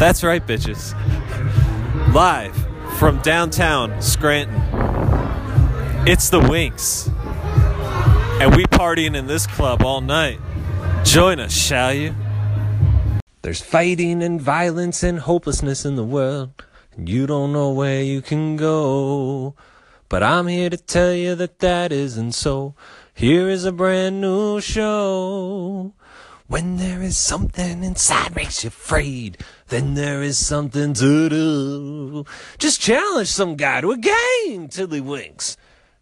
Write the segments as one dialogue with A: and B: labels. A: That's right, bitches. Live from downtown Scranton. It's the Winks. And we partying in this club all night. Join us, shall you? There's fighting and violence and hopelessness in the world. And you don't know where you can go. But I'm here to tell you that that isn't so. Here is a brand new show. When there is something inside makes you afraid, then there is something to do. Just challenge some guy to a game till he winks.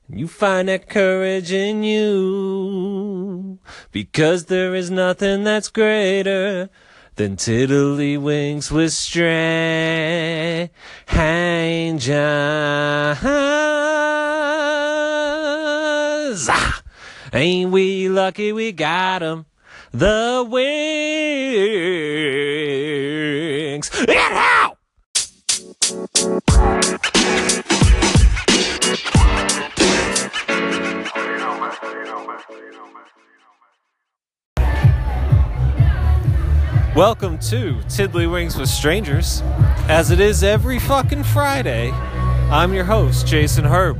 A: And you find that courage in you. Because there is nothing that's greater than tiddlywinks with strangers. Ah, ain't we lucky we got 'em? The wings. Get out! Welcome to Tiddlywinks with Strangers. As it is every fucking Friday, I'm your host, Jason Herb.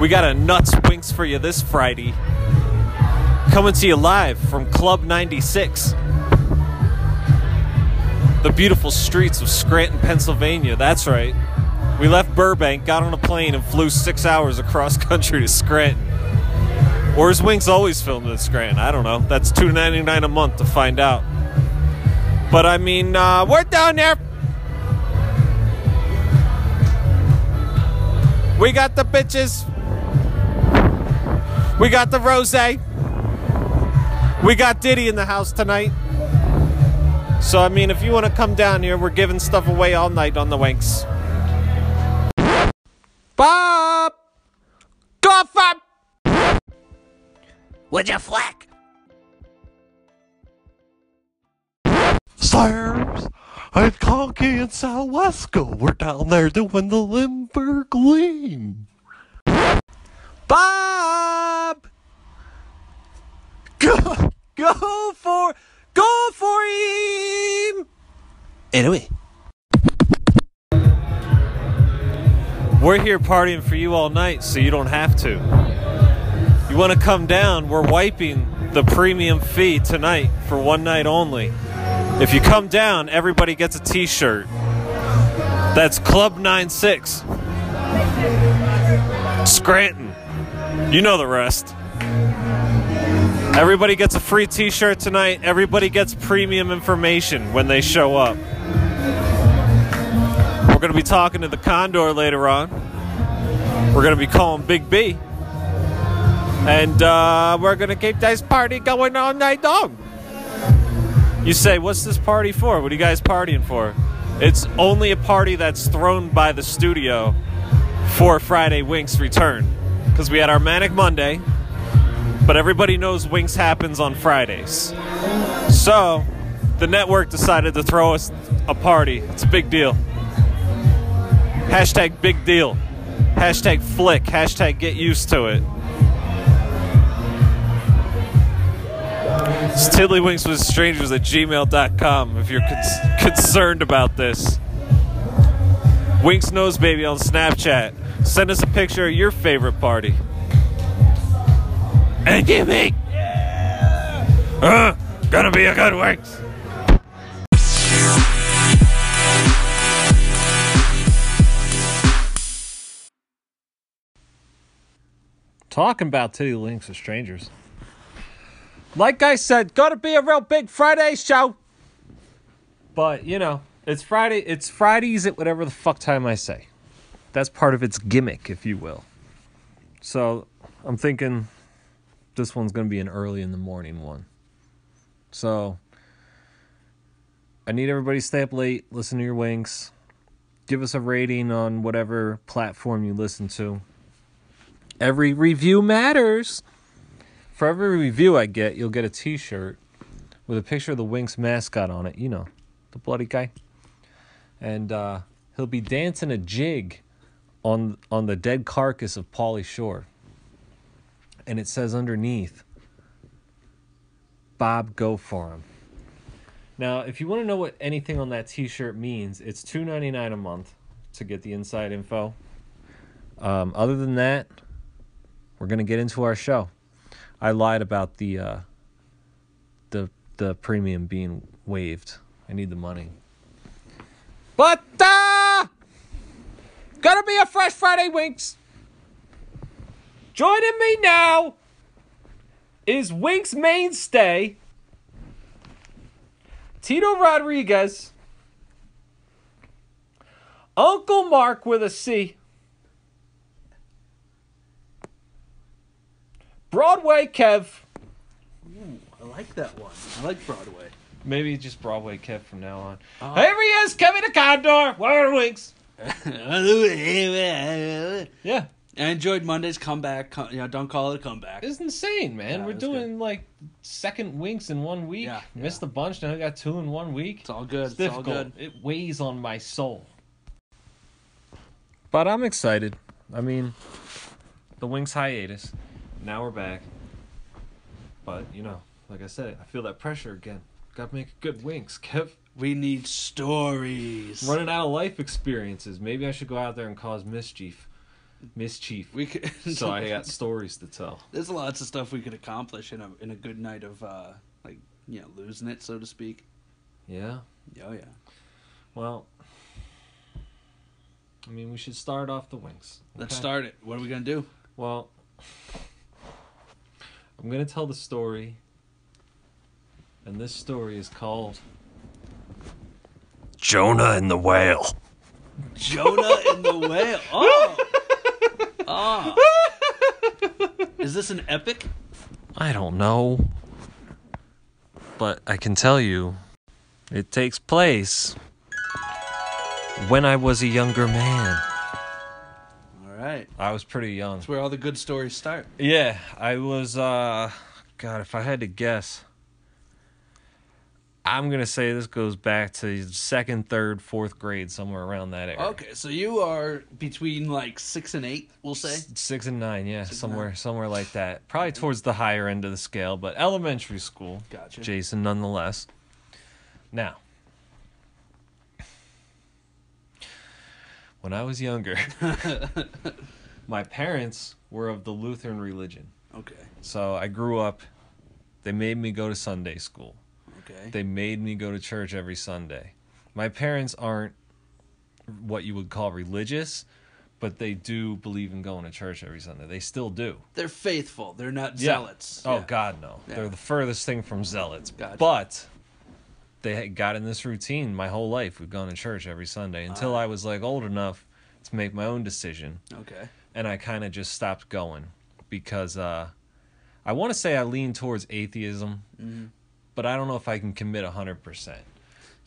A: We got a nuts winks for you this Friday. Coming to you live from Club 96. The beautiful streets of Scranton, Pennsylvania. That's right. We left Burbank, got on a plane, and flew six hours across country to Scranton. Or is Winks always filmed in Scranton? I don't know. That's two ninety nine a month to find out. But I mean, uh, we're down there. We got the bitches. We got the rose. We got Diddy in the house tonight. So I mean, if you want to come down here, we're giving stuff away all night on the Winks. Bob, go for would you flack?
B: Sirs, I'm Conky and Southwesco. We're down there doing the Limburg Lean.
A: Bob! Go, go for, go for him! Anyway. We're here partying for you all night so you don't have to. You want to come down, we're wiping the premium fee tonight for one night only. If you come down, everybody gets a t shirt. That's Club 96. Scranton. You know the rest. Everybody gets a free t shirt tonight. Everybody gets premium information when they show up. We're going to be talking to the Condor later on. We're going to be calling Big B. And uh, we're going to keep this party going all night long. You say, what's this party for? What are you guys partying for? It's only a party that's thrown by the studio for Friday Winks return. Because we had our Manic Monday, but everybody knows Winks happens on Fridays. So the network decided to throw us a party. It's a big deal. Hashtag big deal. Hashtag flick. Hashtag get used to it. It's tiddlywinks with strangers at gmail.com if you're con- concerned about this. Winks Nose Baby on Snapchat. Send us a picture of your favorite party. And give me. Uh, gonna be a good Winks. Talking about tiddlywinks with strangers. Like I said, gotta be a real big Friday show. But you know, it's Friday. It's Fridays at whatever the fuck time I say. That's part of its gimmick, if you will. So I'm thinking this one's gonna be an early in the morning one. So I need everybody to stay up late, listen to your winks, give us a rating on whatever platform you listen to. Every review matters. For every review I get, you'll get a t shirt with a picture of the Winks mascot on it. You know, the bloody guy. And uh, he'll be dancing a jig on on the dead carcass of Polly Shore. And it says underneath, Bob, go for him. Now, if you want to know what anything on that T-shirt means, it's two ninety nine a month to get the inside info. Um, other than that, we're gonna get into our show. I lied about the uh, the the premium being waived. I need the money. But uh, gonna be a Fresh Friday Winks. Joining me now is Winks mainstay Tito Rodriguez, Uncle Mark with a C, Broadway Kev.
C: Ooh, I like that one. I like Broadway.
A: Maybe just Broadway Kev from now on.
C: Uh-huh.
A: Here he is, Kevin the Condor. Wire Winks.
C: I
A: Yeah.
C: enjoyed Monday's comeback. Co- you know, don't call it a comeback.
A: It's insane, man.
C: Yeah,
A: We're
C: it was good.
A: doing like second winks in one week.
C: Yeah,
A: Missed a bunch, now I got two in one week.
C: It's all good. It's, all good.
A: It weighs on my soul. But I'm excited. I mean, the wings hiatus. Now we're back. But you know, like I said, I feel that pressure again. Got to make good wings. Kept
C: We need stories.
A: running out of life experiences. Maybe I should go out there and cause mischief. Mischief.
C: We could.
A: so I got stories to tell.
C: There's lots of stuff we could accomplish in a in a good night of uh like you know losing it so to speak.
A: Yeah.
C: Oh yeah.
A: Well, I mean, we should start off the wings.
C: Let's
A: okay?
C: start it. What are we gonna do?
A: Well, I'm going to tell the story. And this story is called
B: Jonah and the whale.
C: Jonah and the whale. Oh. Ah. Is this an epic?
A: I don't know. But I can tell you it takes place when I was a younger man.
C: All right.
A: I was pretty young.
C: That's where all the good stories start.
A: Yeah, I was uh god, if I had to guess I'm going to say this goes back to second, third, fourth grade somewhere around that area.
C: Okay, so you are between like six and eight, we'll say.
A: S- Six and nine, yeah,
C: and
A: somewhere, somewhere like that. Probably towards the higher end of the scale, but elementary school.
C: Gotcha.
A: Jason, nonetheless. Now, when I was younger, my parents were of the Lutheran religion,
C: Okay.
A: so I grew up. They made me go to Sunday school.
C: Okay.
A: They made me go to church every Sunday. My parents aren't what you would call religious, but they do believe in going to church every Sunday. They still do.
C: They're faithful. They're not
A: Yeah.
C: zealots.
A: Oh
C: Yeah.
A: God, no!
C: Yeah.
A: They're the furthest thing from zealots.
C: Gotcha.
A: But they had got in this routine my whole life. We've gone to church every Sunday until
C: Uh-huh.
A: I was like old enough to make my own decision,
C: Okay.
A: and I kind of just stopped going because uh, I want to say I lean towards atheism, but I don't know if I can commit hundred percent.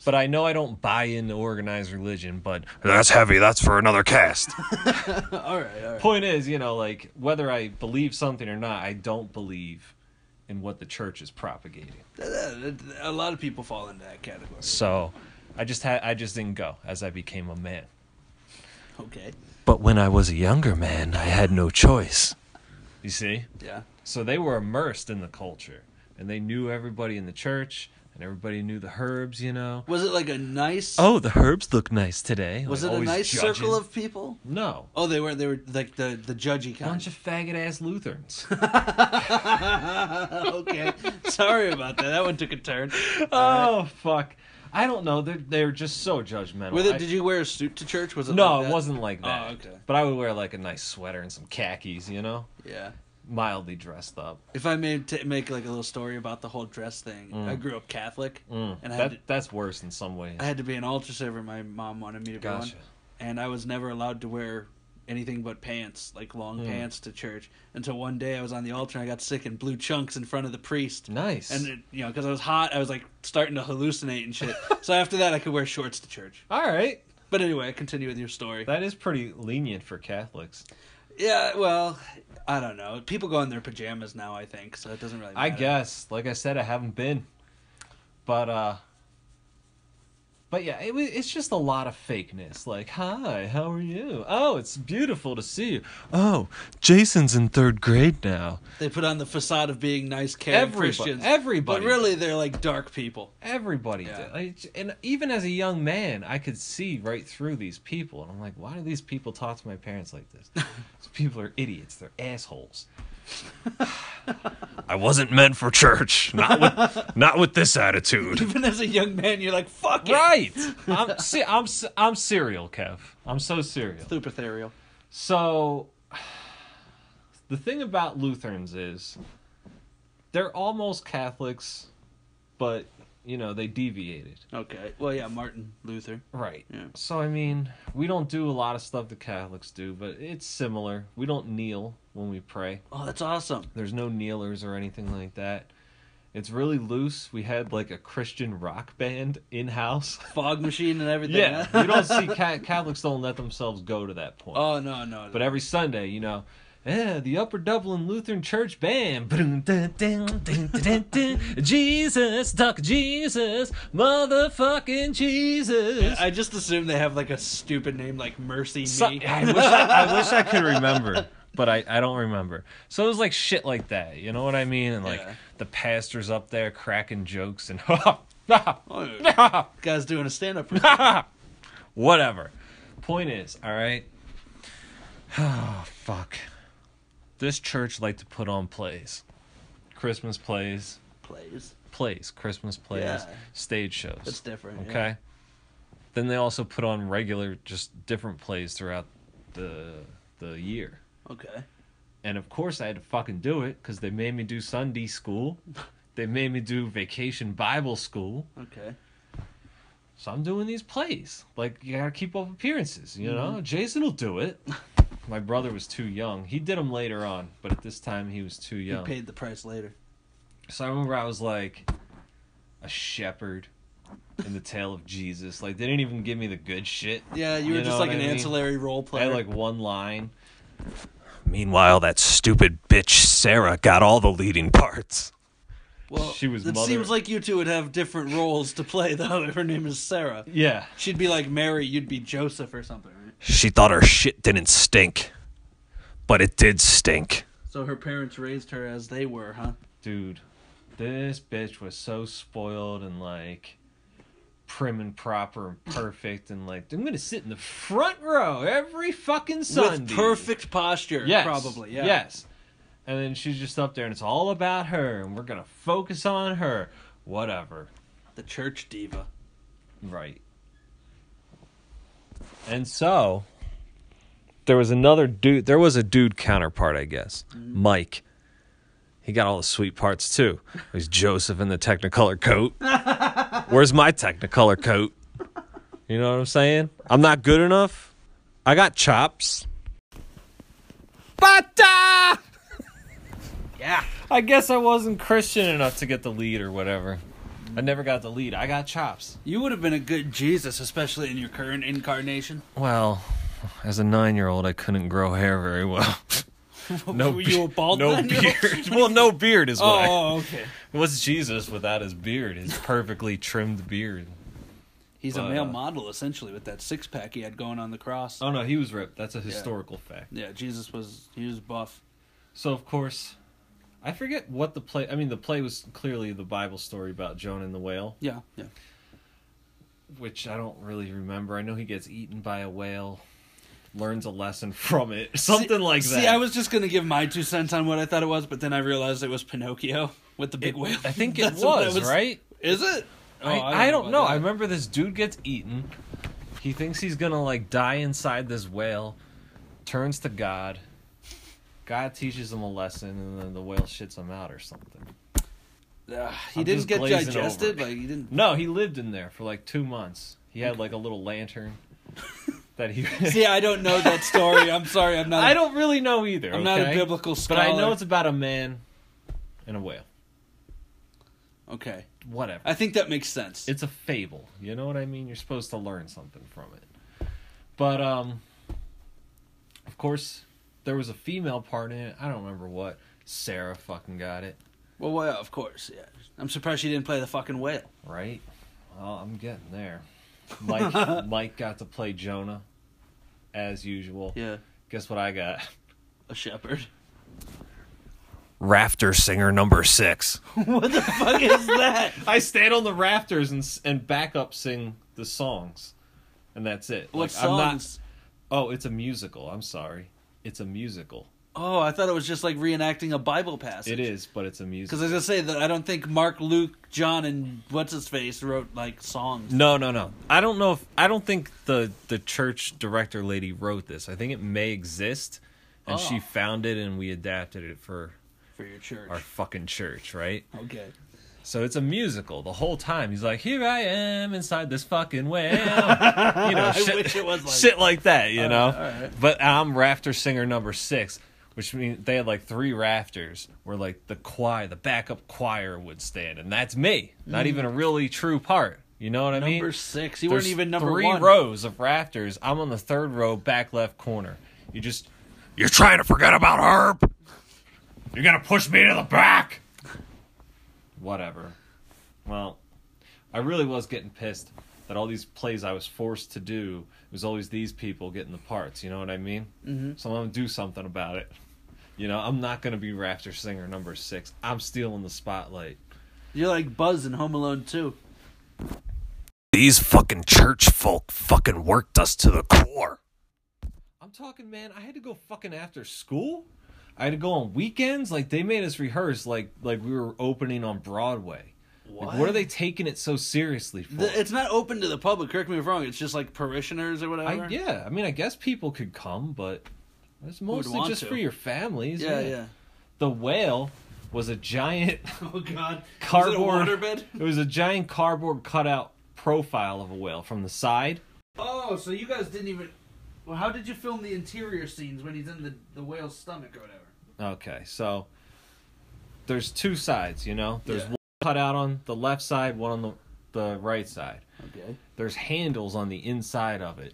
A: But I know I don't buy into organized religion, but
B: That's heavy. That's for another cast.
C: all right, all right.
A: point is, you know, like whether I believe something or not, I don't believe in what the church is propagating.
C: A lot of people fall into that category.
A: So I just had I just didn't go as I became a man.
C: Okay.
B: But when I was a younger man, I had no choice.
A: You see?
C: Yeah.
A: So they were immersed in the culture and they knew everybody in the church and everybody knew the herbs, you know.
C: Was it like a nice
A: Oh, the herbs look nice today.
C: was
A: Like,
C: it a
A: always
C: nice
A: judging.
C: circle of people?
A: No.
C: Oh, they were they were like the the judgy kind.
A: Bunch of faggot ass Lutherans.
C: okay. Sorry about that. That one took a turn.
A: oh fuck. I don't know. They're they're just so judgmental.
C: Were they,
A: I-
C: did you wear a suit to church? Was it
A: no,
C: like
A: it
C: that?
A: wasn't like that.
C: Oh, okay.
A: But I would wear like a nice sweater and some khakis, you know?
C: Yeah.
A: Mildly dressed up.
C: If I may t- make like a little story about the whole dress thing, I grew up Catholic,
A: Mm.
C: and I had,
A: that
C: to,
A: that's worse in some ways.
C: I had to be an altar server. My mom wanted me to be one,
A: Gotcha.
C: and I was never allowed to wear anything but pants, like long
A: Mm.
C: pants, to church. Until one day I was on the altar and I got sick and blew chunks in front of the priest.
A: Nice.
C: And it, you know, because I was hot, I was like starting to hallucinate and shit. so after that, I could wear shorts to church.
A: All right.
C: But anyway, continue with your story.
A: That is pretty lenient for Catholics.
C: yeah, well, I don't know. People go in their pajamas now, I think, so it doesn't really. Matter.
A: I guess. Like I said, I haven't been. But uh But yeah, it, wa- it's just a lot of fakeness. Like, hi, how are you? Oh, it's beautiful to see you. Oh, Jason's in third grade now.
C: They put on the facade of being nice, caring
A: Everybody-
C: Christians.
A: everybody
C: But really, they're like dark people.
A: Everybody
C: Yeah.
A: did. Like, j- and even as a young man, I could see right through these people. And I'm like, why do these people talk to my parents like this? these people are idiots. They're assholes. I wasn't meant for church. Not with, not with this attitude.
C: Even as a young man, you're like, fuck it.
A: Right. I'm, se- I'm, se- I'm serial, Kev. I'm so serial.
C: Super ethereal.
A: So, the thing about Lutherans is they're almost Catholics, but, you know, they deviated.
C: Okay. Well, yeah, Martin Luther.
A: Right.
C: Yeah.
A: So I mean, we don't do a lot of stuff the Catholics do, but it's similar. We don't kneel when we pray.
C: Oh, that's awesome.
A: There's no kneelers or anything like that. It's really loose. We had like a Christian rock band in house.
C: Fog machine and everything.
A: Yeah,
C: huh?
A: you don't see ca- Catholics don't let themselves go to that point.
C: Oh no, no. no.
A: but every Sunday, you know, eh, the Upper Dublin Lutheran Church Band. Ba-dum, dun, dun, dun, dun, dun, dun. Jesus, duck Jesus, motherfucking Jesus.
C: I just assume they have like a stupid name like Mercy
A: So-
C: Me.
A: I, wish I, I wish I could remember, but I, I don't remember. So it was like shit like that. You know what I mean? And like
C: Yeah.
A: the pastor's up there cracking jokes and
C: Oh, yeah. Guy's doing a stand up.
A: whatever. Point is, all right? Oh, fuck. This church liked to put on plays Christmas plays,
C: Plays.
A: plays, Christmas plays,
C: Yeah.
A: stage shows.
C: That's different. yeah.
A: Okay. Then they also put on regular, just different plays throughout the the year.
C: Okay.
A: And of course, I had to fucking do it because they made me do Sunday school. They made me do vacation Bible school.
C: Okay.
A: So I'm doing these plays. Like, you gotta keep up appearances, you
C: Mm-hmm.
A: know? Jason will do it. My brother was too young. He did them later on, but at this time, he was too
C: He
A: young.
C: paid the price later.
A: So I remember I was like a shepherd in the tale of Jesus. Like, they didn't even give me the good shit.
C: Yeah, you were
A: know
C: just like
A: what
C: an
A: I mean?
C: ancillary role
A: I
C: player.
A: had like one line.
B: Meanwhile, that stupid bitch Sarah got all the leading parts.
C: well,
A: she was
C: It
A: mother-
C: seems like you two would have different roles to play though. If her name is Sarah,
A: Yeah.
C: she'd be like Mary. You'd be Joseph or something. Right?
B: She thought her shit didn't stink, but it did stink.
C: So her parents raised her as they were, huh?
A: dude, this bitch was so spoiled and like prim and proper and perfect and like I'm gonna sit in the front row every fucking Sunday.
C: With perfect posture,
A: yes,
C: probably. Yeah.
A: Yes. And then she's just up there and it's all about her and we're gonna focus on her. Whatever.
C: The church diva.
A: Right. And so there was another dude there was a dude counterpart, I guess. Mike. He got all the sweet parts too. There's Joseph in the Technicolor coat. Where's my Technicolor coat? You know what I'm saying? I'm not good enough. I got chops. But uh,
C: Yeah.
A: I guess I wasn't Christian enough to get the lead or whatever. I never got the lead. I got chops.
C: You would have been a good Jesus, especially in your current incarnation.
A: Well, as a nine-year-old, I couldn't grow hair very well. no,
C: Were you a bald
A: no
C: nine-year-old?
A: beard. well, no beard is what. I,
C: Oh, okay.
A: what's Jesus without his beard? His perfectly trimmed beard.
C: He's
A: But,
C: a male
A: uh,
C: model essentially with that six pack he had going on the cross.
A: Oh no, he was ripped. That's a historical fact.
C: yeah, Jesus was he was buff.
A: So of course, I forget what the play. I mean, the play was clearly the Bible story about Jonah and the whale,
C: Yeah, yeah.
A: which I don't really remember. I know he gets eaten by a whale, learns a lesson from it, something
C: See-
A: like that.
C: See, I was just gonna give my two cents on what I thought it was, but then I realized it was Pinocchio with the big
A: It-
C: whale.
A: I think it
C: That's what that
A: was right.
C: Is it? Oh,
A: I, I don't know.
C: about
A: I
C: that.
A: remember this dude gets eaten. He thinks he's gonna like die inside this whale. Turns to God. God teaches him a lesson, and then the whale shits him out or something.
C: Ugh, he
A: I'm
C: didn't
A: just
C: get
A: glazing
C: digested.
A: over.
C: Like he didn't.
A: No, he lived in there for like two months. He had like a little lantern that he.
C: See, I don't know that story. I'm sorry. I'm not.
A: I don't really know either.
C: I'm not a
A: okay?
C: biblical
A: but
C: scholar.
A: I know it's about a man and a whale.
C: okay.
A: Whatever.
C: I think that makes sense.
A: it's a fable. You know what I mean? You're supposed to learn something from it. But um of course there was a female part in it. I don't remember what. Sarah fucking got it,
C: well, well, of course. Yeah. I'm surprised she didn't play the fucking whale.
A: right? Well, I'm getting there. Mike Mike got to play Jonah, as usual.
C: Yeah,
A: Guess what I got?
C: a shepherd.
B: Rafter singer number six.
C: what the fuck is that?
A: I stand on the rafters and s- and back up sing the songs, and that's it.
C: What
A: Like, I'm not-
C: songs?
A: oh, it's a musical. I'm sorry, it's a musical.
C: Oh, I thought it was just like reenacting a Bible passage.
A: It is, but it's a musical.
C: Because I was gonna say that I don't think Mark, Luke, John, and what's his face wrote like songs.
A: No, no, no. I don't know if I don't think the the church director lady wrote this. I think it may exist, and she
C: Oh.
A: found it, and we adapted it for
C: for your church.
A: our fucking church, right?
C: Okay.
A: So it's a musical the whole time. He's like, "Here I am inside this fucking well," you know,
C: I
A: shit,
C: wish it was like
A: shit like that, you know.
C: alright.
A: But I'm rafter singer number six, which means they had like three rafters where like the choir, the backup choir would stand, and that's me. Not even a really true part. You know what I mean?
C: Mm. Number six. You weren't
A: There's
C: even number
A: three
C: one.
A: rows of rafters. I'm on the third row, back left corner. You just
B: You're trying to forget about Herb.
A: you're gonna push me to the back. Whatever. Well, I really was getting pissed that all these plays I was forced to do it was always these people getting the parts. You know what I mean? Mm-hmm. So I'm gonna do something about it. You know, I'm not gonna be Rafter Singer number six. I'm stealing the spotlight.
C: You're like Buzz in Home Alone too.
B: These fucking church folk fucking worked us to the core.
A: I'm talking, man. I had to go fucking after school. I had to go on weekends. Like they made us rehearse, like like we were opening on Broadway. Like, what are they taking it so seriously for?
C: The- it's not open to the public. Correct me if I'm wrong. It's just like parishioners or whatever.
A: I, yeah, I mean, I guess people could come, but it's mostly
C: want
A: just
C: to?
A: for your families.
C: Yeah, yeah.
A: The whale was a giant
C: Oh God.
A: cardboard.
C: Is it a waterbed?
A: it was a giant cardboard cutout profile of a whale from the side.
C: Oh, so you guys didn't even. Well, how did you film the interior scenes when he's in the the whale's stomach or whatever?
A: Okay, so there's two sides, you know. There's
C: Yeah.
A: one cut out on the left side, one on the the right side.
C: Okay.
A: There's handles on the inside of it.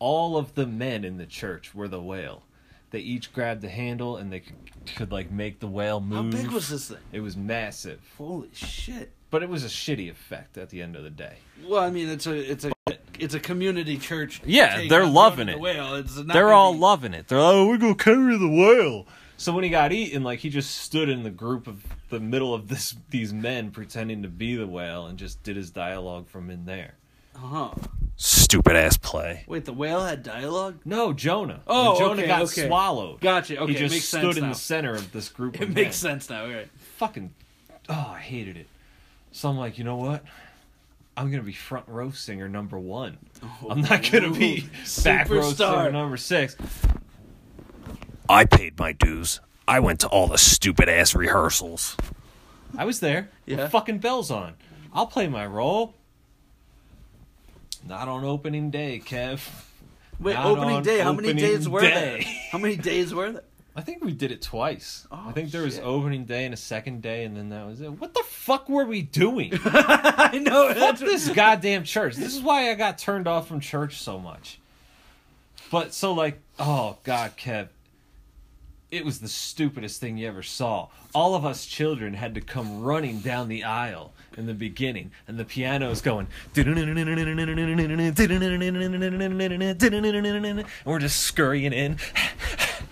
A: All of the men in the church were the whale. They each grabbed the handle and they could, could like make the whale
C: How
A: move.
C: big was this thing?
A: It was massive,
C: Holy shit.
A: but it was a shitty effect at the end of the day.
C: Well, I mean, it's a it's a it's a community church.
A: Yeah,
C: take
A: they're
C: on
A: loving
C: the
A: it.
C: Whale. It's not
A: They're
C: gonna
A: all
C: be-
A: loving it. They're like, "Oh, we're gonna carry the whale." So when he got eaten, like he just stood in the group of the middle of this these men pretending to be the whale and just did his dialogue from in there.
C: Huh.
B: Stupid ass play.
C: Uh-huh. Wait, the whale had dialogue.
A: No, Jonah. When
C: Oh,
A: Jonah
C: okay,
A: got
C: okay.
A: swallowed.
C: Gotcha. Okay,
A: he just
C: makes
A: stood
C: sense
A: in
C: now.
A: the center of this group.
C: It
A: of
C: makes
A: men.
C: sense now. All right.
A: Fucking, oh, I hated it. So I'm like, you know what? I'm gonna be front row singer number one. I'm not gonna be back row singer
C: Superstar.
A: number six.
B: I paid my dues. I went to all the stupid ass rehearsals.
A: I was there.
C: Yeah.
A: The fucking bells on. I'll play my role. Not on opening day, Kev.
C: Wait,
A: Not
C: opening
A: on
C: day. How many
A: opening
C: days were
A: day.
C: there? How many days were there?
A: I think we did it twice.
C: Oh,
A: I think there was
C: shit.
A: opening day and a second day, and then that was it. What the fuck were we doing?
C: I know.
A: Fuck
C: That's
A: this goddamn church. This is why I got turned off from church so much. But so like, oh god, Kev, it was the stupidest thing you ever saw. All of us children had to come running down the aisle in the beginning, and the piano is going, and we're just scurrying in.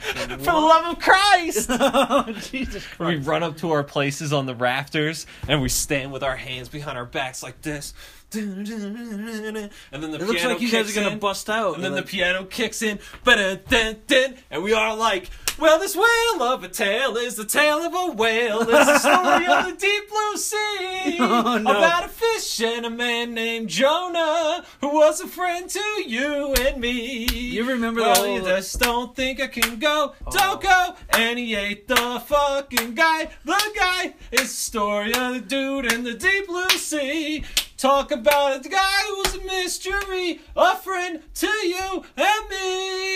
A: For the love of Christ!
C: oh, Jesus
A: We
C: Christ.
A: run up to our places on the rafters and we stand with our hands behind our backs like this. And then the
C: It looks
A: piano
C: like you guys
A: kicks
C: are gonna
A: in,
C: bust out.
A: And then
C: Like-
A: the piano kicks in. Ba-dun-dun-dun, and we are like, well, this whale of a tale is the tale of a whale. It's the story of the deep blue sea.
C: Oh, no.
A: About a fish and a man named Jonah who was a friend to you and me.
C: You remember the Oh.
A: well,
C: whole-
A: you just don't think I can go. Don't go. And he ate the fucking guy. The guy is the story of the dude in the deep blue sea. Talk about a guy who was a mystery, a friend to you and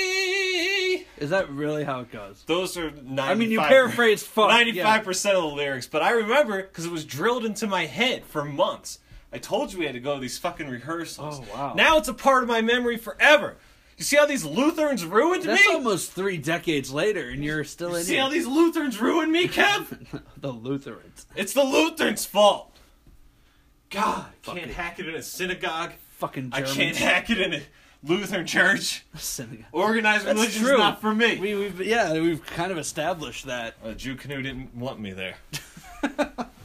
A: me.
C: Is that really how it goes?
A: Those are 95,
C: I mean, you paraphrased fuck. yeah.
A: 95% of the lyrics, but I remember because it was drilled into my head for months. I told you we had to go to these fucking rehearsals.
C: Oh, wow.
A: Now it's a part of my memory forever. You see how these Lutherans ruined
C: That's
A: me?
C: almost three decades later, and you're still in
A: See
C: here.
A: how these Lutherans ruined me, Kev?
C: the Lutherans.
A: It's the Lutherans' fault. God, can't
C: it.
A: hack it in a synagogue.
C: fucking
D: I
C: Germans.
D: can't hack it in a Lutheran church.
C: Synagogue.
D: Organized
C: That's
D: religion's
C: true.
D: not for me.
C: We, we've yeah, we've kind of established that.
D: Uh, Jew canoe didn't want me there.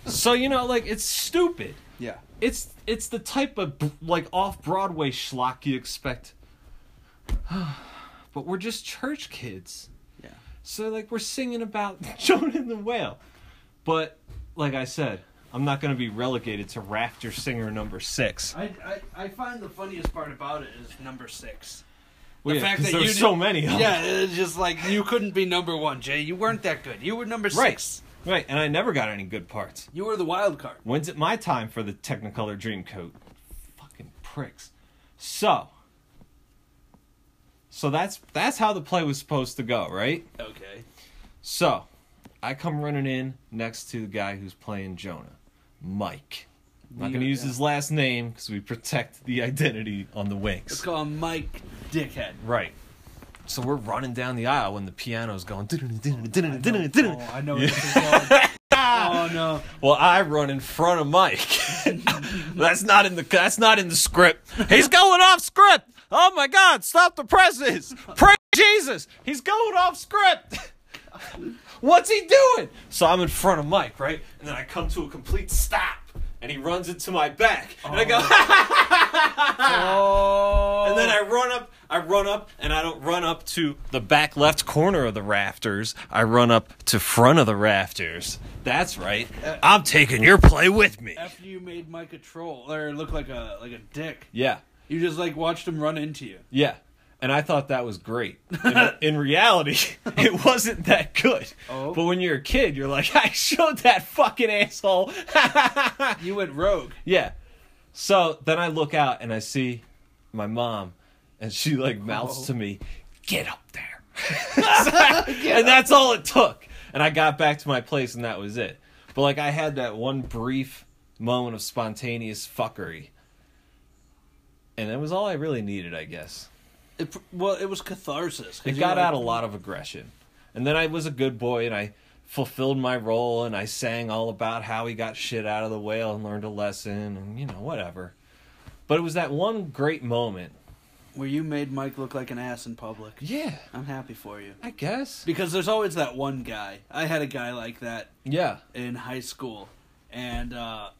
A: So you know, like it's stupid.
C: Yeah.
A: It's it's the type of like off Broadway schlock you expect. but we're just church kids.
C: Yeah.
A: So like we're singing about Jonah and the whale. But like I said, I'm not going to be relegated to rafter singer number 6.
C: I, I, I find the funniest part about it is number six.
A: Well,
C: fact
A: 'cause
C: that
A: there's
C: you
A: so
C: did-
A: many of them.
C: Yeah, it's just like you couldn't be number one, Jay. You weren't that good. You were number
A: Right.
C: six.
A: Right, and I never got any good parts.
C: You were the wild card.
A: When's it my time for the Technicolor Dreamcoat? Fucking pricks. So, so that's that's how the play was supposed to go, right?
C: Okay.
A: So, I come running in next to the guy who's playing Jonah, Mike. I'm not
C: We
A: gonna
C: are-
A: use
C: yeah.
A: his last name because we protect the identity on the
C: Let's
A: wings.
C: call him Mike Dickhead.
A: Right. So we're running down the aisle when the piano's going.
C: Oh, I know where this is going. oh no.
A: Well, I run in front of Mike. that's not in the that's not in the script. He's going off script. Oh my God! Stop the presses. Pray Jesus. He's going off script. What's he doing? So I'm in front of Mike, right? And then I come to a complete stop, and he runs into my back, and I go. And then I run up, I run up, and I don't run up to the back left corner of the rafters. I run up to front of the rafters. That's right. I'm taking your play with me.
C: After you made Mike a troll or look like a like a dick,
A: Yeah,
C: you just like watched him run into you.
A: yeah. And I thought that was great. In, in reality, it wasn't that good.
C: Oh.
A: But when you're a kid, you're like, I showed that fucking asshole.
C: You went rogue.
A: Yeah. So then I look out and I see my mom, and she like mouths
C: Oh.
A: to me, "Get up there," and that's all it took. And I got back to my place, and that was it. But like I had that one brief moment of spontaneous fuckery, and that was all I really needed, I guess.
C: It, pr- well, it was catharsis. 'cause
A: It
C: you
A: got
C: like-
A: out a lot of aggression, and then I was a good boy, and I fulfilled my role, and I sang all about how he got shit out of the whale and learned a lesson, and you know whatever. But it was that one great moment.
C: where you made Mike look like an ass in public.
A: Yeah,
C: I'm happy for you.
A: I guess.
C: Because there's always that one guy. I had a guy like that
A: Yeah,
C: in high school, and uh,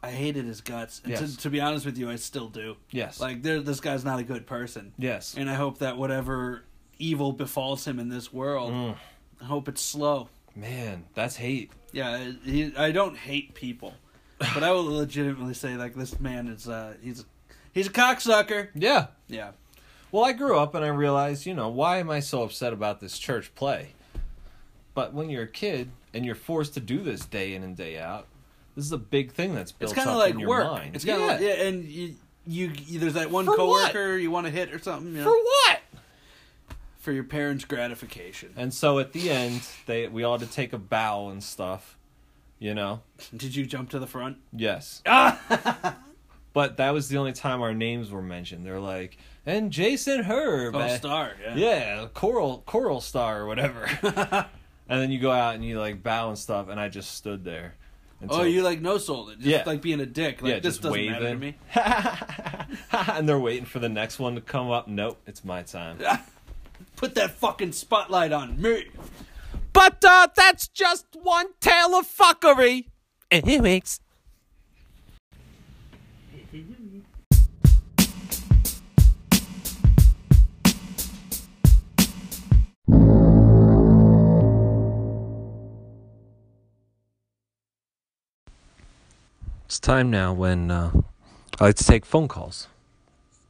C: I hated his guts. And
A: Yes.
C: to, to be honest with you, I still do.
A: Yes.
C: Like, there, this guy's not a good person.
A: yes.
C: And I hope that whatever evil befalls him in this world,
A: Mm.
C: I hope it's slow.
A: Man, that's hate.
C: Yeah, he, I don't hate people, but I will legitimately say like this man is uh he's he's a cocksucker.
A: Yeah.
C: Yeah,
A: Well, I grew up and I realized, you know, why am I so upset about this church play? But when you're a kid and you're forced to do this day in and day out, this is a big thing that's
C: it's
A: built
C: kind
A: up
C: of like
A: in your
C: work.
A: mind.
C: It's kind
A: Yeah.
C: of yeah. and you, you you there's that one
A: For what?
C: coworker you want to hit or something you know,
A: For
C: for,
A: what?
C: your parents' gratification.
A: And so at the end, they we all had to take a bow and stuff, you know.
C: Did you jump to the front?
A: Yes. but that was the only time our names were mentioned. They're like, and Jason Herb.
C: Oh,
A: eh,
C: star. Yeah.
A: Yeah, Coral Coral Star or whatever. and then you go out and you like bow and stuff, and I just stood there.
C: Oh,
A: until-
C: you like no sold it. Just
A: Yeah.
C: like being a dick. Like
A: yeah,
C: this
A: just
C: doesn't
A: waving.
C: matter to me.
A: and they're waiting for the next one to come up. Nope, it's my time.
C: Put that fucking spotlight on me.
A: But uh, that's just one tale of fuckery. Anyways. It's time now when uh, I like to take phone calls.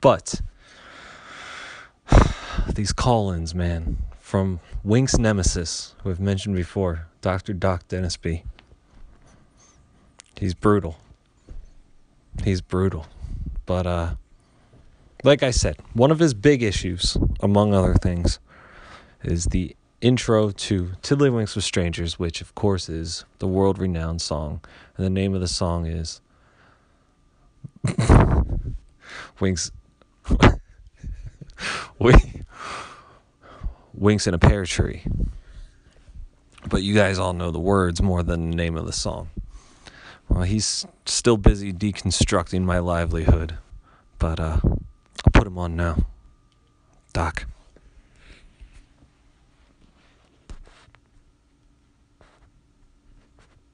A: But these call-ins, man, from Wink's nemesis, who I've mentioned before, Dr. Doc Dennis B. He's brutal. He's brutal. But uh like I said, one of his big issues, among other things, is the intro to Tiddlywinks with Strangers, which of course is the world renowned song. And the name of the song is Winks Wink Winks in a Pear Tree. But you guys all know the words more than the name of the song. Well, he's still busy deconstructing my livelihood
B: But uh, I'll put him on now. Doc.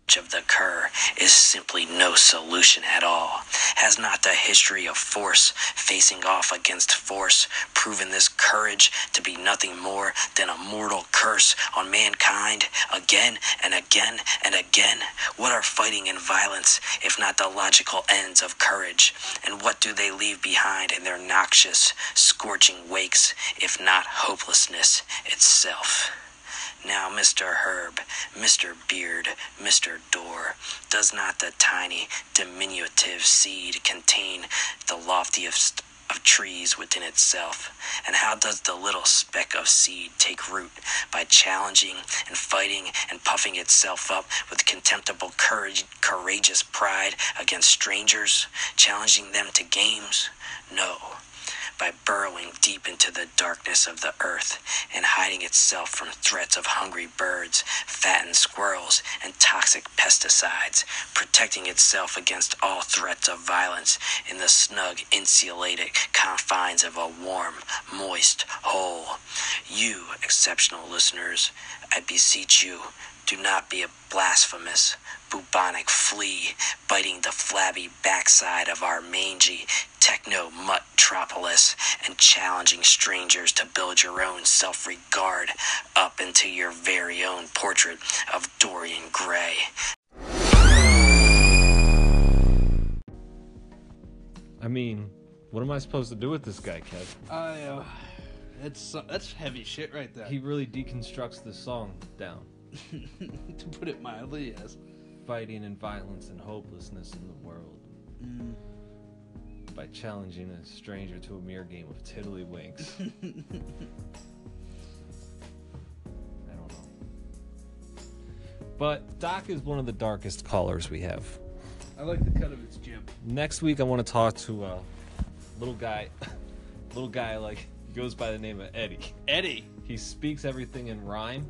E: much of the Kerr is simply no solution at all. Has not the history of force facing off against force proven this courage to be nothing more than a mortal curse on mankind again and again and again? What are fighting and violence if not the logical ends of courage? And what do they leave behind in their noxious, scorching wakes if not hopelessness itself? Now, Mr. Herb, Mr. Beard, Mr. Door, does not the tiny, diminutive seed contain the loftiest of trees within itself? And how does the little speck of seed take root? By challenging and fighting and puffing itself up with contemptible courage, courageous pride against strangers, challenging them to games? No by burrowing deep into the darkness of the earth and hiding itself from threats of hungry birds, fattened squirrels, and toxic pesticides, protecting itself against all threats of violence in the snug, insulated confines of a warm, moist hole. You, exceptional listeners, I beseech you, do not be a blasphemous, bubonic flea biting the flabby backside of our mangy techno mutropolis and challenging strangers to build your own self regard up into your very own portrait of Dorian Gray.
A: I mean, what am I supposed to do with this guy, Kev?
C: I, uh, that's that's heavy shit right there.
A: He really deconstructs the song down.
C: to put it mildly, yes.
A: Fighting and violence and hopelessness in the world.
C: Mm.
A: By challenging a stranger to a mere game of tiddlywinks. I don't know. But Doc is one of the darkest callers we have.
C: I like the cut of its jib.
A: Next week, I want to talk to a little guy. Little guy, like, goes by the name of Eddie.
C: Eddie.
A: He speaks everything in rhyme.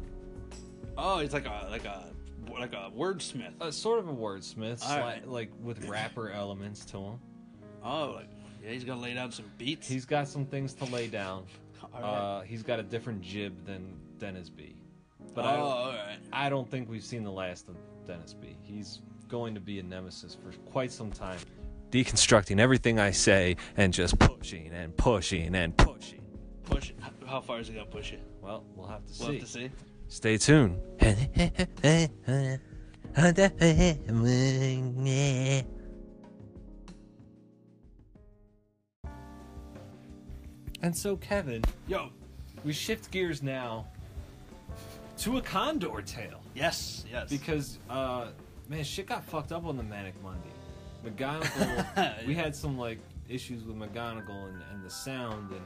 C: Oh, he's like a like a like a wordsmith.
A: uh, sort of a wordsmith,
C: All
A: sli-
C: right.
A: like with rapper elements to him.
C: Oh, like yeah, he's gonna lay down some beats.
A: He's got some things to lay down.
C: All right.
A: Uh, he's got a different jib than Dennis B. But
C: oh,
A: I, don't,
C: all right.
A: I don't think we've seen the last of Dennis B. He's going to be a nemesis for quite some time, deconstructing everything I say and just pushing and pushing and pushing.
C: Push. It. How- How far is he gonna push it?
A: Well, we'll have to see.
C: We'll have to see.
A: Stay tuned. And so, Kevin,
C: Yo.
A: we shift gears now to a condor tale
C: Yes. Yes.
A: because, uh, man, shit got fucked up on the Manic Monday. McGonagall, we had some like issues with McGonagall and, and the sound and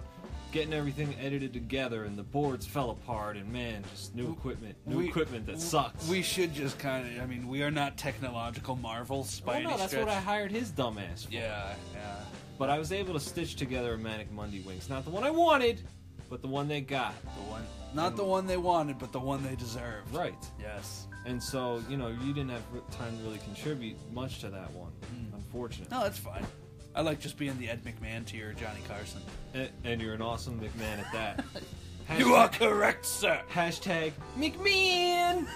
A: getting everything edited together, and the boards fell apart, and man, just new equipment, new
C: We-
A: equipment that
C: w-
A: sucks.
C: We should just kind of. I mean, we are not technological marvels by
A: Well,
C: any
A: Oh, no, that's
C: stretch.
A: what I hired his dumbass for.
C: Yeah. Yeah.
A: But I was able to stitch together a Manic Monday wings. Not the one I wanted, but the one they got.
C: The one. Not the one they wanted, but the one they deserved.
A: Right.
C: Yes.
A: And so, you know, you didn't have re- time to really contribute much to that one,
C: Mm.
A: unfortunately.
C: No, that's fine. I like just being the Ed McMahon tier Johnny Carson.
A: And, and you're an awesome McMahon at that. Hashtag,
C: You are correct, sir.
A: Hashtag McMahon!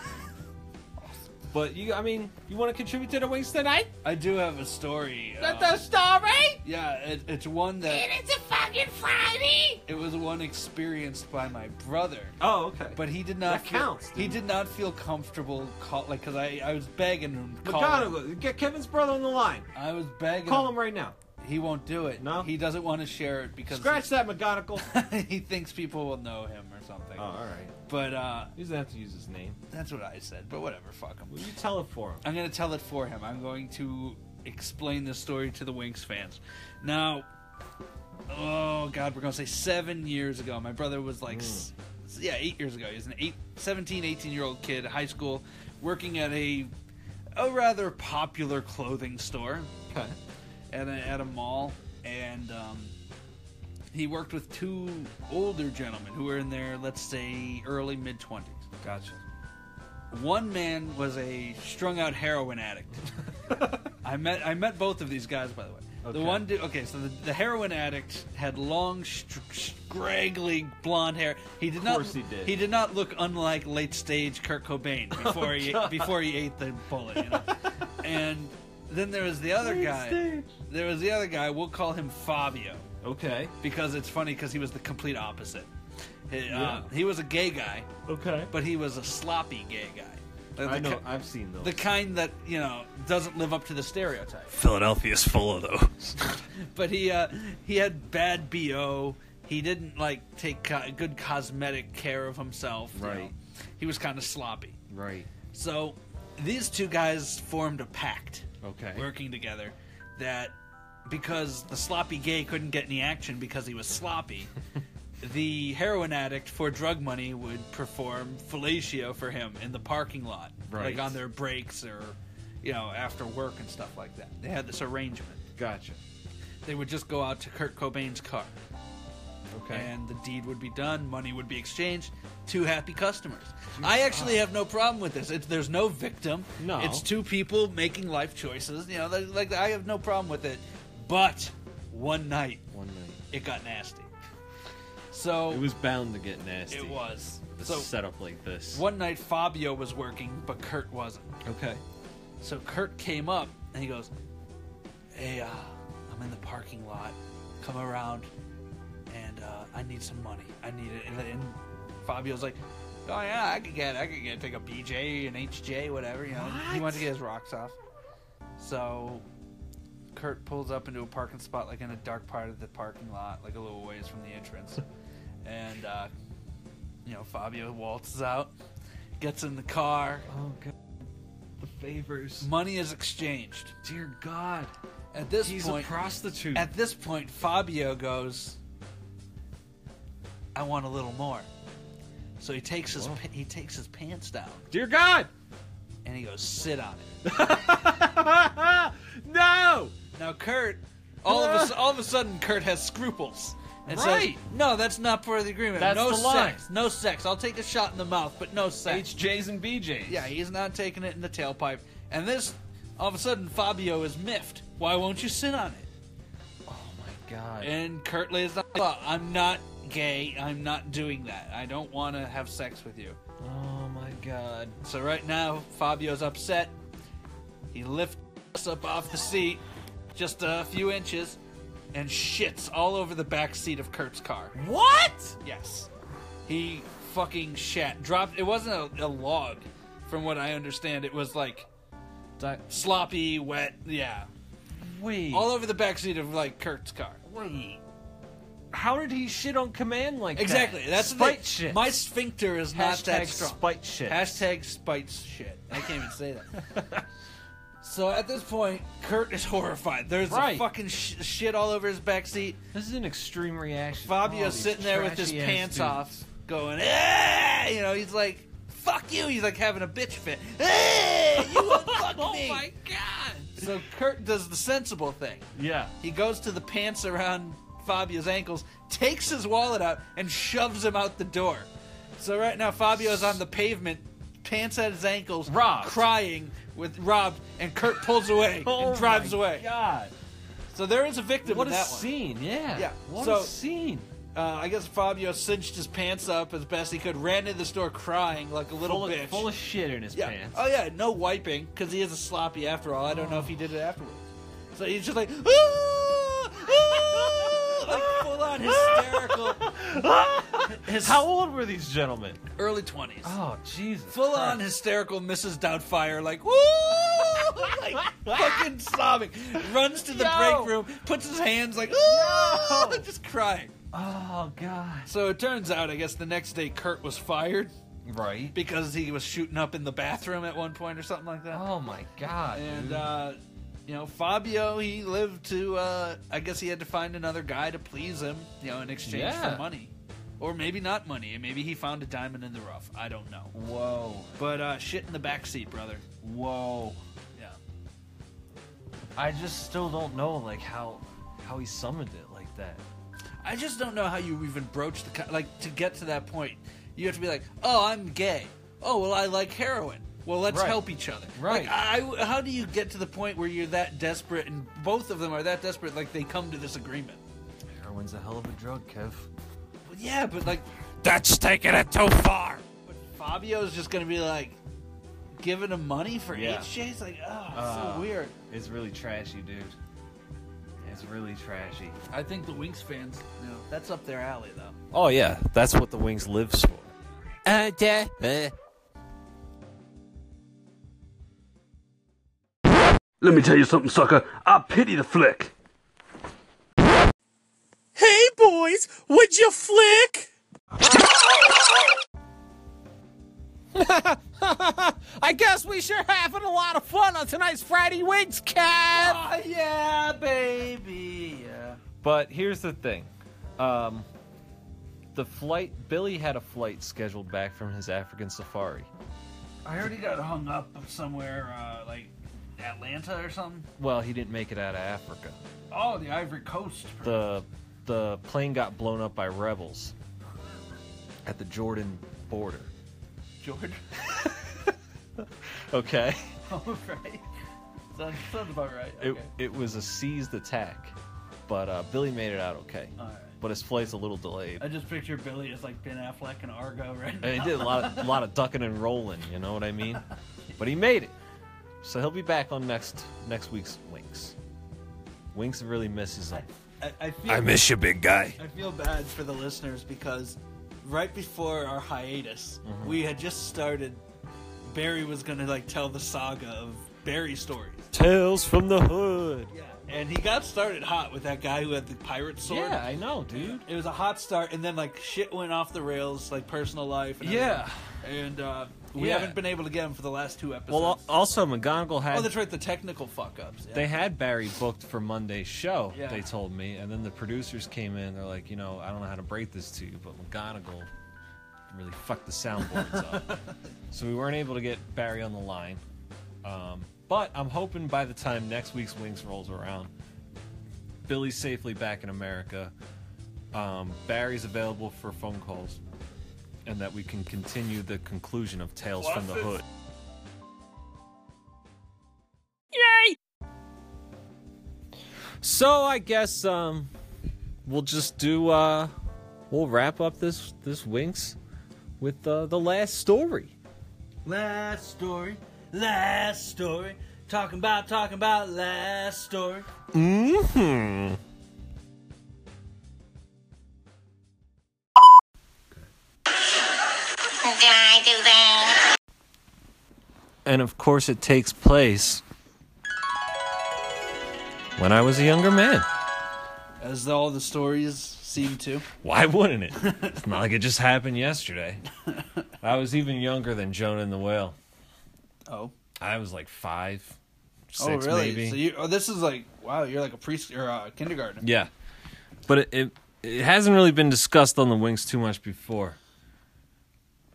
A: But you, I mean, you want to contribute to the wings tonight?
C: I do have a story. uh,
A: That's a story!
C: yeah, it, it's one that
E: It's a fucking Friday!
C: it was one experienced by my brother.
A: Oh, okay.
C: But he did not
A: That
C: feel,
A: counts,
C: He
A: dude.
C: did not feel comfortable call like because I I was begging him. to Call him.
A: McGonagall, get Kevin's brother on the line.
C: I was begging.
A: Call
C: him.
A: him right now.
C: He won't do it.
A: No?
C: he doesn't want to share it because
A: Scratch that, McGonagall.
C: he thinks people will know him or something.
A: Oh, all right.
C: But uh,
A: He doesn't have to use his name.
C: that's what I said. But whatever, fuck him.
A: Will you tell it for him?
C: I'm gonna tell it for him. I'm going to explain this story to the Winx fans. Now, oh god, we're gonna say seven years ago. My brother was like, s yeah, eight years ago. He was an eight, 17, 18 year old kid, high school, working at a a rather popular clothing store
A: Okay.
C: at a, at a mall, and um, he worked with two older gentlemen who were in their let's say early mid twenties.
A: Gotcha.
C: One man was a strung out heroin addict. I met I met both of these guys by the way.
A: Okay.
C: The one, dude, okay, so the, the heroin addict had long, str- straggly blonde hair. He did not.
F: course he did. Oh,
C: did not look unlike late stage Kurt Cobain before he before he ate the bullet. You know? and then there was the other guy. There was the other guy. We'll call him Fabio
F: Okay.
C: because it's funny because he was the complete opposite. He, uh,
F: Yeah.
C: he was a gay guy,
F: Okay.
C: but he was a sloppy gay guy. Like
F: I
C: the
F: know.
C: ki-
F: I've seen those.
C: the kind that you know doesn't live up to the stereotype.
D: Philadelphia's full of those.
C: But he uh, he had bad bo. He didn't like take co- good cosmetic care of himself. you know.
F: Right.
C: He was kind of sloppy.
F: right.
C: So these two guys formed a pact,
F: Okay.
C: working together, that because the sloppy gay couldn't get any action because he was sloppy, the heroin addict for drug money would perform fellatio for him in the parking lot,
F: Right.
C: like on their breaks or you know after work and stuff like that. They had this arrangement.
F: Gotcha.
C: They would just go out to Kurt Cobain's car,
F: Okay.
C: and the deed would be done, money would be exchanged, two happy customers. I actually have no problem with this. It's, there's no victim.
F: No.
C: It's two people making life choices. You know, like- like I have no problem with it. But one night
F: One night.
C: it got nasty. So
F: It was bound to get nasty.
C: it was.
F: A
C: So
F: setup like this.
C: one night Fabio was working, but Kurt wasn't.
F: Okay.
C: So Kurt came up and he goes, "Hey, uh, I'm in the parking lot. Come around, and uh, I need some money. I need it." And, and Fabio's like, "Oh yeah, I could get, I could get, take a BJ and HJ, whatever. You know, he wanted to get his rocks off." So Kurt pulls up into a parking spot, like in a dark part of the parking lot, like a little ways from the entrance, and uh, you know Fabio waltzes out, gets in the car.
F: Oh God. The favors.
C: Money is exchanged.
F: Dear God.
C: At this
F: He's
C: Mm-hmm. point,
F: a prostitute.
C: at this point, Fabio goes, "I want a little more." So he takes his pa- he takes his pants down
F: Dear God.
C: and he goes, "Sit on it."
F: no.
C: Now, Kurt, all of a, s- all of a sudden, Kurt has scruples and
F: Ah. Right.
C: says, "No, that's not part of the agreement.
F: That's
C: no
F: the line.
C: sex, no sex. I'll take a shot in the mouth, but no sex."
F: HJs and BJs.
C: yeah, he's not taking it in the tailpipe. And this, all of a sudden, Fabio is miffed. Why won't you sit on it?
F: Oh my God.
C: And Kurt lays down. "Look, I'm not gay. I'm not doing that. I don't want to have sex with you.
F: oh my God.
C: So right now, Fabio's upset. He lifts us up off the seat, just a few inches, and shits all over the back seat of Kurt's car.
F: What?
C: Yes. He fucking shat. Dropped. It wasn't a, a log, from what I understand. It was like
F: Di-
C: sloppy, wet. Yeah.
F: wait.
C: All over the back seat of like Kurt's car.
F: wait. How did he shit on command like
C: Exactly.
F: that?
C: That's the
F: spite
C: thing.
F: shit.
C: My sphincter is not that
F: Hashtag
C: strong.
F: spite shit.
C: Hashtag spite shit. I can't even say that. so at this point, Kurt is horrified. There's a
F: Right.
C: fucking sh- shit all over his backseat.
F: This is an extreme reaction.
C: Fabio's
F: Oh, these
C: sitting there with his
F: trashy ass
C: pants
F: dudes.
C: off, going, "Ah!" you know, he's like, "Fuck you!" He's like having a bitch fit. "Ah, You won't fuck
F: Oh
C: me.
F: my
C: god! So Kurt does the sensible thing.
F: Yeah.
C: He goes to the pants around Fabio's ankles, takes his wallet out, and shoves him out the door. So right now Fabio's on the pavement, pants at his ankles,
F: Robbed.
C: crying with robbed, and Kurt pulls away and drives
F: Oh my
C: away.
F: God.
C: So there is a victim
F: What
C: in
F: a
C: that one.
F: scene. Yeah.
C: Yeah,
F: What
C: so-
F: a scene.
C: Uh, I guess Fabio cinched his pants up as best he could, ran into the store crying like a little
F: Full
C: bitch.
F: of, full of shit in his
C: yeah.
F: pants.
C: Oh yeah, no wiping because he is a sloppy after all. I don't know if he did it afterwards. So he's just like, "Ah! Ah!" like full on hysterical. His
A: How old Uh, were these gentlemen?
C: early twenties,
F: Oh, Jesus.
C: full on
F: Christ.
C: hysterical Mrs. Doubtfire, like, woo, like fucking sobbing, runs to the break room, puts his hands like, "Ah!" just crying.
F: Oh, God.
C: So it turns out, I guess the next day Kurt was fired.
F: Right.
C: because he was shooting up in the bathroom at one point or something like that.
F: Oh, my God.
C: and
F: dude.
C: uh, you know, Fabio, he lived to. Uh, I guess he had to find another guy to please him. You know, in exchange
F: Yeah.
C: for money, or maybe not money. Maybe he found a diamond in the rough. I don't know.
F: Whoa.
C: But uh, shit in the backseat, brother.
F: Whoa.
C: Yeah.
F: I just still don't know, like, how how he summoned it like that.
C: I just don't know how you even broach the co- like to get to that point. You have to be like, oh, I'm gay. Oh, well, I like heroin. Well, let's
F: Right.
C: help each other.
F: Right.
C: Like, I, how do you get to the point where you're that desperate, and both of them are that desperate, like they come to this agreement?
F: Heroin's a hell of a drug, Kev.
C: Well, yeah, but like
D: That's taking it too far.
C: Fabio's just gonna be like giving him money for
F: Yeah.
C: HJ's. Like, oh, it's
F: Uh,
C: so weird.
F: It's really trashy, dude. It's really trashy.
C: I think the Winx fans, you know, that's up their alley though.
A: Oh yeah, that's what the wings lives for.
D: Uh, yeah. Uh.
G: Let me tell you something, sucker. I pity the flick.
H: Hey boys, would you flick?
A: I guess we sure having a lot of fun on tonight's Friday Wings, Kev.
C: Oh yeah, baby. Yeah.
F: But here's the thing. Um, the flight, Billy had a flight scheduled back from his African safari.
C: I already got hung up somewhere, uh, like Atlanta or something.
F: Well, he didn't make it out of Africa.
C: Oh, the Ivory Coast.
F: The the plane got blown up by rebels at the Jordan border.
C: Jordan.
F: Okay.
C: All right. Sounds, sounds about right. Okay.
F: It it was a seized attack, but uh, Billy made it out okay.
C: All right.
F: But his flight's a little delayed.
C: I just picture Billy as like Ben Affleck and Argo right now.
F: And he did a lot of, lot of ducking and rolling, you know what I mean? But he made it. So he'll be back on next next week's Winks. Winks really misses him.
C: I, I feel
D: I miss you, big guy.
C: I feel bad for the listeners because right before our hiatus, we had just started. Barry was gonna like tell the saga of Barry stories.
A: Tales from the hood.
C: Yeah. And he got started hot with that guy who had the pirate sword.
F: Yeah, I know, dude.
C: It was a hot start, and then like shit went off the rails, like personal life. And
F: Yeah.
C: everything. And uh, we
F: Yeah.
C: haven't been able to get him for the last two episodes.
A: Well, al- also McGonagall had
C: oh, that's right, the technical fuck ups. Yeah.
F: They had Barry booked for Monday's show,
C: Yeah.
F: they told me, and then the producers came in, they're like, you know, I don't know how to break this to you, but McGonagall really fucked the soundboards up. So we weren't able to get Barry on the line. Um, but I'm hoping by the time next week's Wings rolls around, Billy's safely back in America, um, Barry's available for phone calls, and that we can continue the conclusion of Tales from the Hood.
A: So I guess um we'll just do uh we'll wrap up this this winks with uh, the last story.
C: Last story, last story. Talking about, talking about last story.
A: And of course it takes place when I was a younger man.
C: As all the stories seem to.
A: Why wouldn't it? It's not like it just happened yesterday. I was even younger than Jonah and the Whale.
C: Oh.
A: I was like five, six,
C: oh, really?
A: maybe.
C: So you, oh, this is like, wow, you're like a priest or a kindergarten.
A: Yeah, but it, it it hasn't really been discussed on the wings too much before.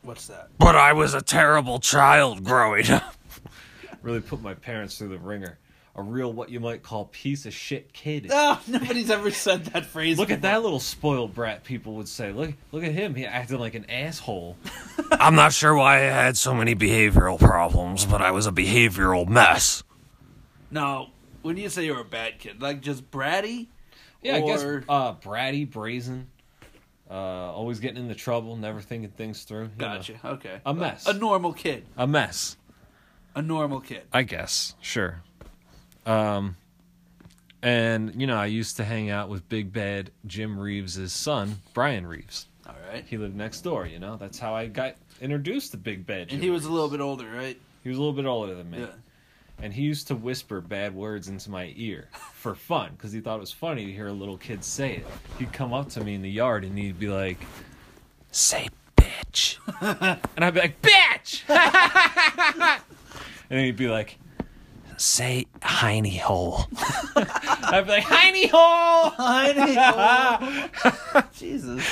C: What's that?
D: But I was a terrible child growing up.
A: Really put my parents through the ringer. A real what you might call piece of shit kid.
C: Oh, nobody's ever said that phrase.
A: Look at that little spoiled brat. People would say, "Look, look at him. He acted like an asshole."
D: I'm not sure why I had so many behavioral problems, but I was a behavioral mess.
C: No, when you say you're a bad kid, like just bratty.
A: Yeah, I guess
C: Or-
A: uh, bratty, brazen, uh, always getting into trouble, never thinking things through. you know.
C: Gotcha. Okay.
A: A mess.
C: A normal kid.
A: A mess.
C: A normal kid.
A: I guess. Sure. Um and you know, I used to hang out with Big Bad Jim Reeves' son, Brian Reeves.
C: All right.
A: He lived next door, you know. That's how I got introduced to Big Bad Jim.
C: And he was a
A: Reeves.
C: little bit older, right?
A: he was a little bit older than me.
C: Yeah.
A: And he used to whisper bad words into my ear for fun cuz he thought it was funny to hear a little kid say it. He'd come up to me in the yard and he'd be like,
D: Say bitch.
A: and I'd be like, "Bitch!" and then he'd be like,
D: Say heiny hole.
A: I'd be like, "Heiny hole!"
C: Jesus.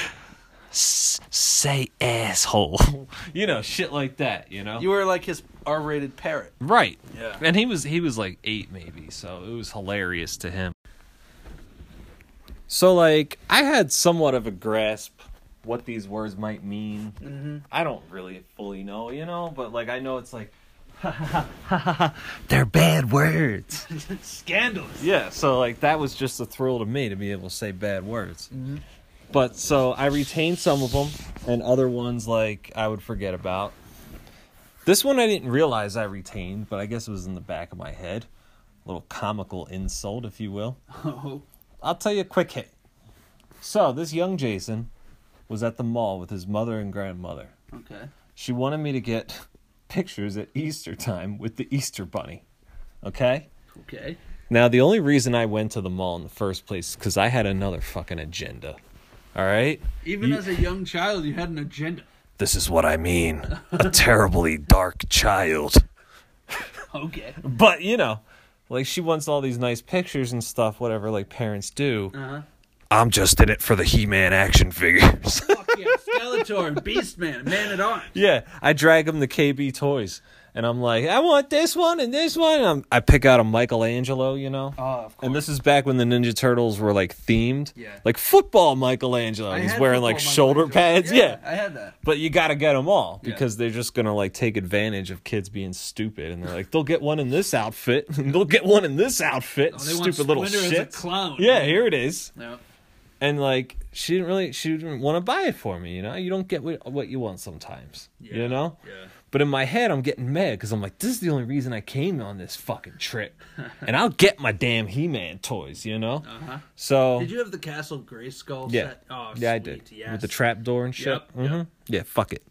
D: S- say asshole.
A: you know, shit like that, you know?
C: You were like his R-rated parrot.
A: right.
C: Yeah.
A: And he was he was like 8 maybe, so it was hilarious to him. So like I had somewhat of a grasp what these words might mean. I don't really fully know, you know, but like I know it's like They're bad words.
C: Scandalous.
A: Yeah, so like that was just a thrill to me to be able to say bad words. But so I retained some of them, and other ones like I would forget about. This one I didn't realize I retained, but I guess it was in the back of my head. A little comical insult, if you will.
C: Oh,
A: I'll tell you a quick hit. So this young Jason was at the mall with his mother and grandmother.
C: okay.
A: She wanted me to get pictures at Easter time with the Easter bunny. Okay?
C: Okay.
A: Now, the only reason I went to the mall in the first place is because I had another fucking agenda. All right?
C: Even as a young child, you had an agenda.
D: This is what I mean. A terribly dark child.
C: Okay.
A: But, you know, like she wants all these nice pictures and stuff, whatever, like parents do.
D: I'm just in it for the He Man action figures.
C: Fuck yeah. Skeletor, Beastman, Man at Arms.
A: Yeah, I drag them to KB Toys. And I'm like, I want this one and this one. And I'm, I pick out a Michelangelo, you know?
C: Oh, of course.
A: and this is back when the Ninja Turtles were like themed.
C: Yeah.
A: Like football Michelangelo.
C: I
A: He's
C: had
A: wearing
C: football
A: like
C: Michelangelo.
A: shoulder pads. yeah.
C: I had that.
A: But you gotta get them all
C: Yeah.
A: because they're just gonna like take advantage of kids being stupid, and they're like, they'll get one in this outfit, and they'll get one in this outfit.
C: Oh, they want
A: stupid little
C: Splinter as a
A: shit.
C: clown.
A: Yeah, here it is.
C: No.
A: And like, she didn't really, she didn't want to buy it for me. You know, you don't get what, what you want sometimes. You know.
C: Yeah.
A: But in my head, I'm getting mad because I'm like, this is the only reason I came on this fucking trip, and I'll get my damn He-Man toys. You know.
C: Uh-huh.
A: So
C: Did you have the Castle Grayskull
A: yeah.
C: set? Oh,
A: yeah, I
C: sweet,
A: did.
C: Yes.
A: With the trap door and shit.
C: Yep,
A: Mhm.
C: yep.
A: Yeah, fuck it.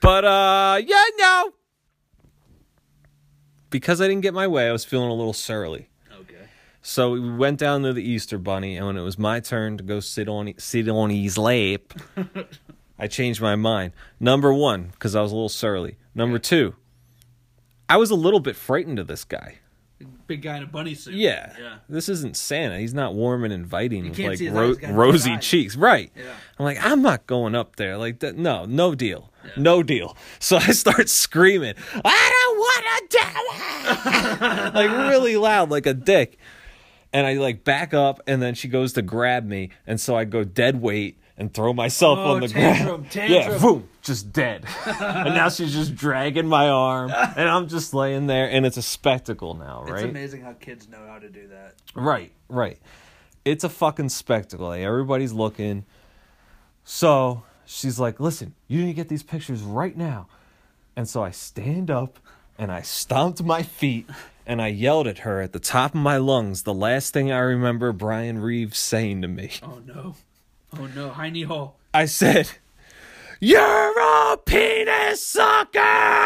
A: But uh yeah, no. Because I didn't get my way, I was feeling a little surly.
C: Okay.
A: So we went down to the Easter bunny and when it was my turn to go sit on e, sit on his lap, I changed my mind. Number 1, cuz I was a little surly. Number 2, I was a little bit frightened of this guy.
C: Big guy in a bunny suit.
A: Yeah.
C: Yeah.
A: This isn't Santa. He's not warm and inviting with
C: can't
A: like
C: see his
A: ro-
C: eyes, gotta
A: rosy
C: hide.
A: cheeks. Right.
C: Yeah.
A: I'm like, I'm not going up there. Like that no, no deal. No deal. So I start screaming, I don't wanna do it Like really loud, like a dick. And I like back up and then she goes to grab me and so I go dead weight and throw myself
C: Oh,
A: on the
C: tantrum,
A: ground. Yeah,
C: tantrum.
A: boom, just dead. and now she's just dragging my arm and I'm just laying there and it's a spectacle now,
C: It's
A: right?
C: amazing how kids know how to do that.
A: Right, right. It's a fucking spectacle. Like, everybody's looking. So she's like, listen, you need to get these pictures right now. And so I stand up and I stomped my feet and I yelled at her at the top of my lungs the last thing I remember Brian Reeves saying to me.
C: Oh no. Oh no. High knee hole.
A: I said, You're a penis sucker!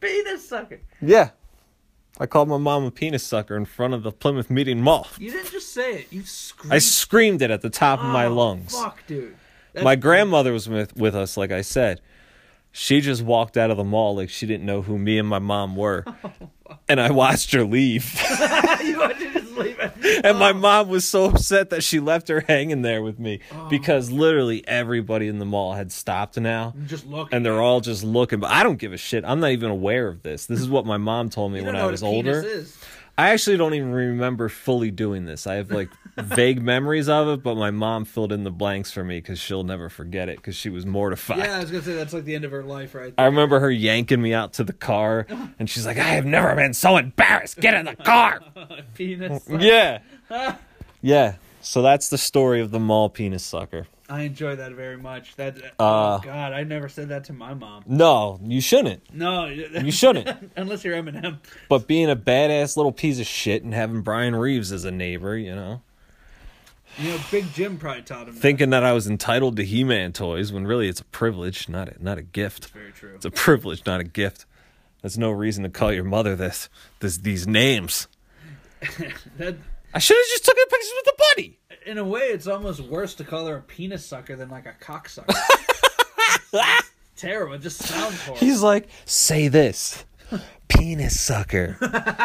C: Penis sucker.
A: yeah. I called my mom a penis sucker in front of the Plymouth Meeting Mall.
C: You didn't just say it. You screamed.
A: I screamed it at the top of my
C: Oh,
A: lungs.
C: Fuck, dude. That's-
A: My grandmother was with, with us, like I said. She just walked out of the mall like she didn't know who me and my mom were.
C: Oh,
A: and I watched her leave.
C: you want to just leave it.
A: and my mom was so upset that she left her hanging there with me
C: Oh.
A: because literally everybody in the mall had stopped now.
C: Just look.
A: And they're all just looking, but I don't give a shit. I'm not even aware of this. This is what my mom told me
C: You
A: when
C: don't know
A: I
C: what a
A: was
C: penis
A: older.
C: is.
A: I actually don't even remember fully doing this. I have like vague memories of it, but my mom filled in the blanks for me because she'll never forget it because she was mortified.
C: Yeah, I was gonna say that's like the end of her life, right?
A: I remember her yanking me out to the car, and she's like, "I have never been so embarrassed. Get in the car."
C: Penis. sucker.
A: yeah, yeah. So that's the story of the mall penis sucker.
C: I enjoy that very much. That.
A: Uh,
C: oh God, I never said that to my mom.
A: No, you shouldn't.
C: No.
A: You shouldn't.
C: Unless you're Eminem.
A: But being a badass little piece of shit and having Brian Reeves as a neighbor, you know,
C: You know, Big Jim probably taught him. that.
A: thinking that I was entitled to He-Man toys when really it's a privilege, not a, not a gift.
C: Very true.
A: It's a privilege, not a gift. That's no reason to call your mother this, this these names.
C: That,
A: I should have just taken the pictures with the buddy.
C: in a way, it's almost worse to call her a penis sucker than like a cocksucker. It's terrible. It just sounds horrible.
A: He's like, say this. Penis sucker.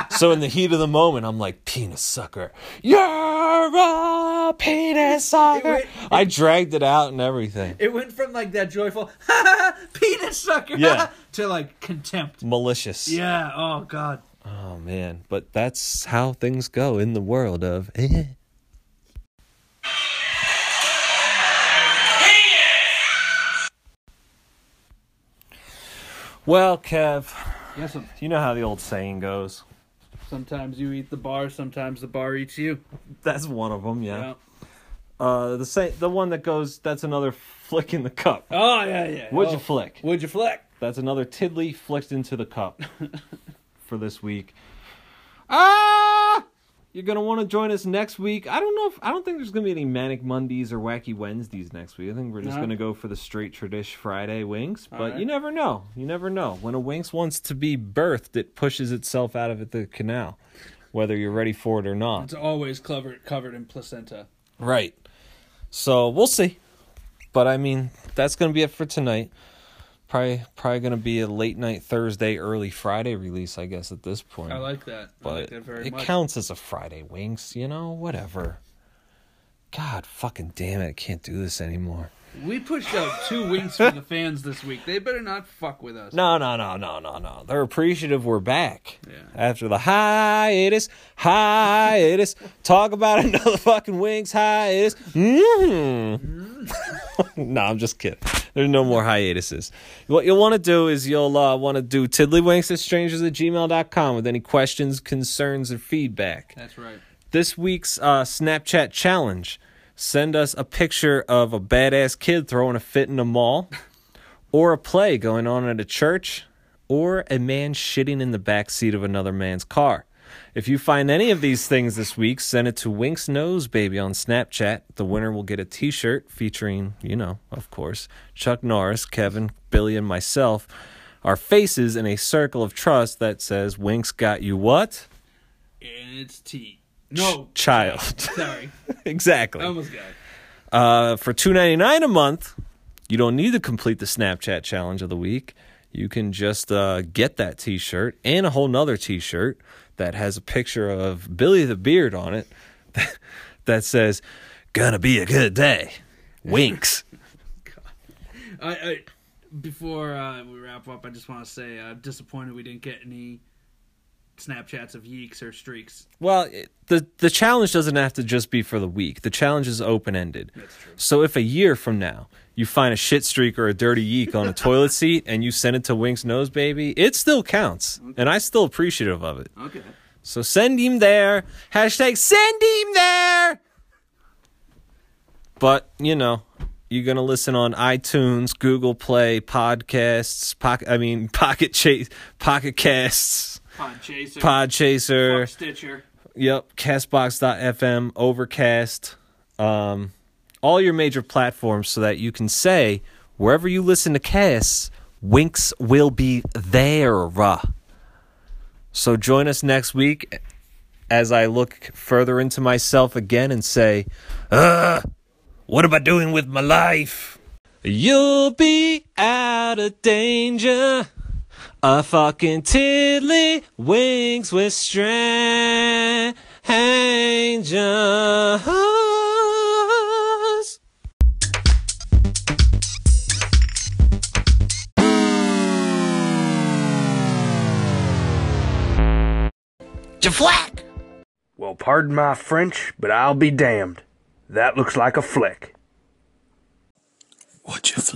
A: so in the heat of the moment, I'm like, penis sucker. You're a penis sucker. I dragged it out and everything.
C: It went from like that joyful "Ha, ha, penis sucker
A: Yeah.
C: to like contempt.
A: Malicious.
C: Yeah. Oh God.
A: Oh man. But that's how things go in the world of eh. Well, Kev,
C: Yes, some-
A: you know how the old saying goes.
C: sometimes you eat the bar, sometimes the bar eats you.
A: That's one of them, yeah.
C: Yeah.
A: Uh, the same, the one that goes. That's another flick in the cup.
C: Oh yeah, yeah.
A: Would
C: Oh.
A: you flick?
C: Would you flick?
A: That's another tiddly flicked into the cup for this week. Ah! You're gonna want to join us next week. I don't know if I don't think there's gonna be any manic Mondays or wacky Wednesdays next week. I think we're just
C: No.
A: gonna go for the straight tradish Friday winks. But
C: right.
A: you never know. You never know. When a winks wants to be birthed, it pushes itself out of the canal, whether you're ready for it or not.
C: It's always covered covered in placenta.
A: Right. So we'll see. But I mean, that's gonna be it for tonight. Probably probably gonna be a late night Thursday, early Friday release, I guess, at this point.
C: I like that. I like
A: but
C: that very
A: it
C: much.
A: counts as a Friday winks, you know, whatever. God fucking damn it, I can't do this anymore.
C: we pushed out two wings for the fans this week. They better not fuck with us.
A: No, no, no, no, no, no. They're appreciative we're back.
C: Yeah.
A: After the hiatus, hiatus, talk about another fucking Wings hiatus. Mm. no, I'm just kidding. There's no more hiatuses. What you'll want to do is you'll uh, want to do tiddlywinks at strangers at gmail.com with any questions, concerns, or feedback
C: That's right.
A: this week's uh, Snapchat challenge. Send us a picture of a badass kid throwing a fit in a mall, or a play going on at a church, or a man shitting in the backseat of another man's car. If you find any of these things this week, send it to Wink's Nose Baby on Snapchat. The winner will get a t shirt featuring, you know, of course, Chuck Norris, Kevin, Billy, and myself. Our faces in a circle of trust that says, Wink's got you what?
C: And it's T. No,
A: Child.
C: sorry.
A: exactly.
C: I almost got it.
A: Uh, for two ninety nine a month, you don't need to complete the Snapchat challenge of the week. You can just uh, get that t shirt and a whole nother t shirt that has a picture of Billy the Beard on it that says, Gonna be a good day. Winks.
C: I, I before uh, we wrap up, I just want to say I'm disappointed we didn't get any Snapchats of yeeks or streaks.
A: Well, it, the the challenge doesn't have to just be for the week. The challenge is open ended. So if a year from now you find a shit streak or a dirty yeek on a toilet seat and you send it to Wink's Nose Baby, it still counts, and I still appreciative of it.
C: Okay.
A: So send him there. Hashtag send him there. But you know, you're gonna listen on iTunes, Google Play, podcasts, pocket. I mean, pocket chase, pocket casts,
C: Pod Chaser.
A: pod chaser.
C: Fuck Stitcher.
A: Yep, castbox.fm, Overcast, um, all your major platforms so that you can say wherever you listen to casts, Winks will be there. So join us next week as I look further into myself again and say,
I: What am I doing with my life?
A: You'll be out of danger. A fucking tiddly winks with strangers.
I: Jaflack!
G: Well, pardon my French, but I'll be damned. That looks like a flick.
D: Would you flick?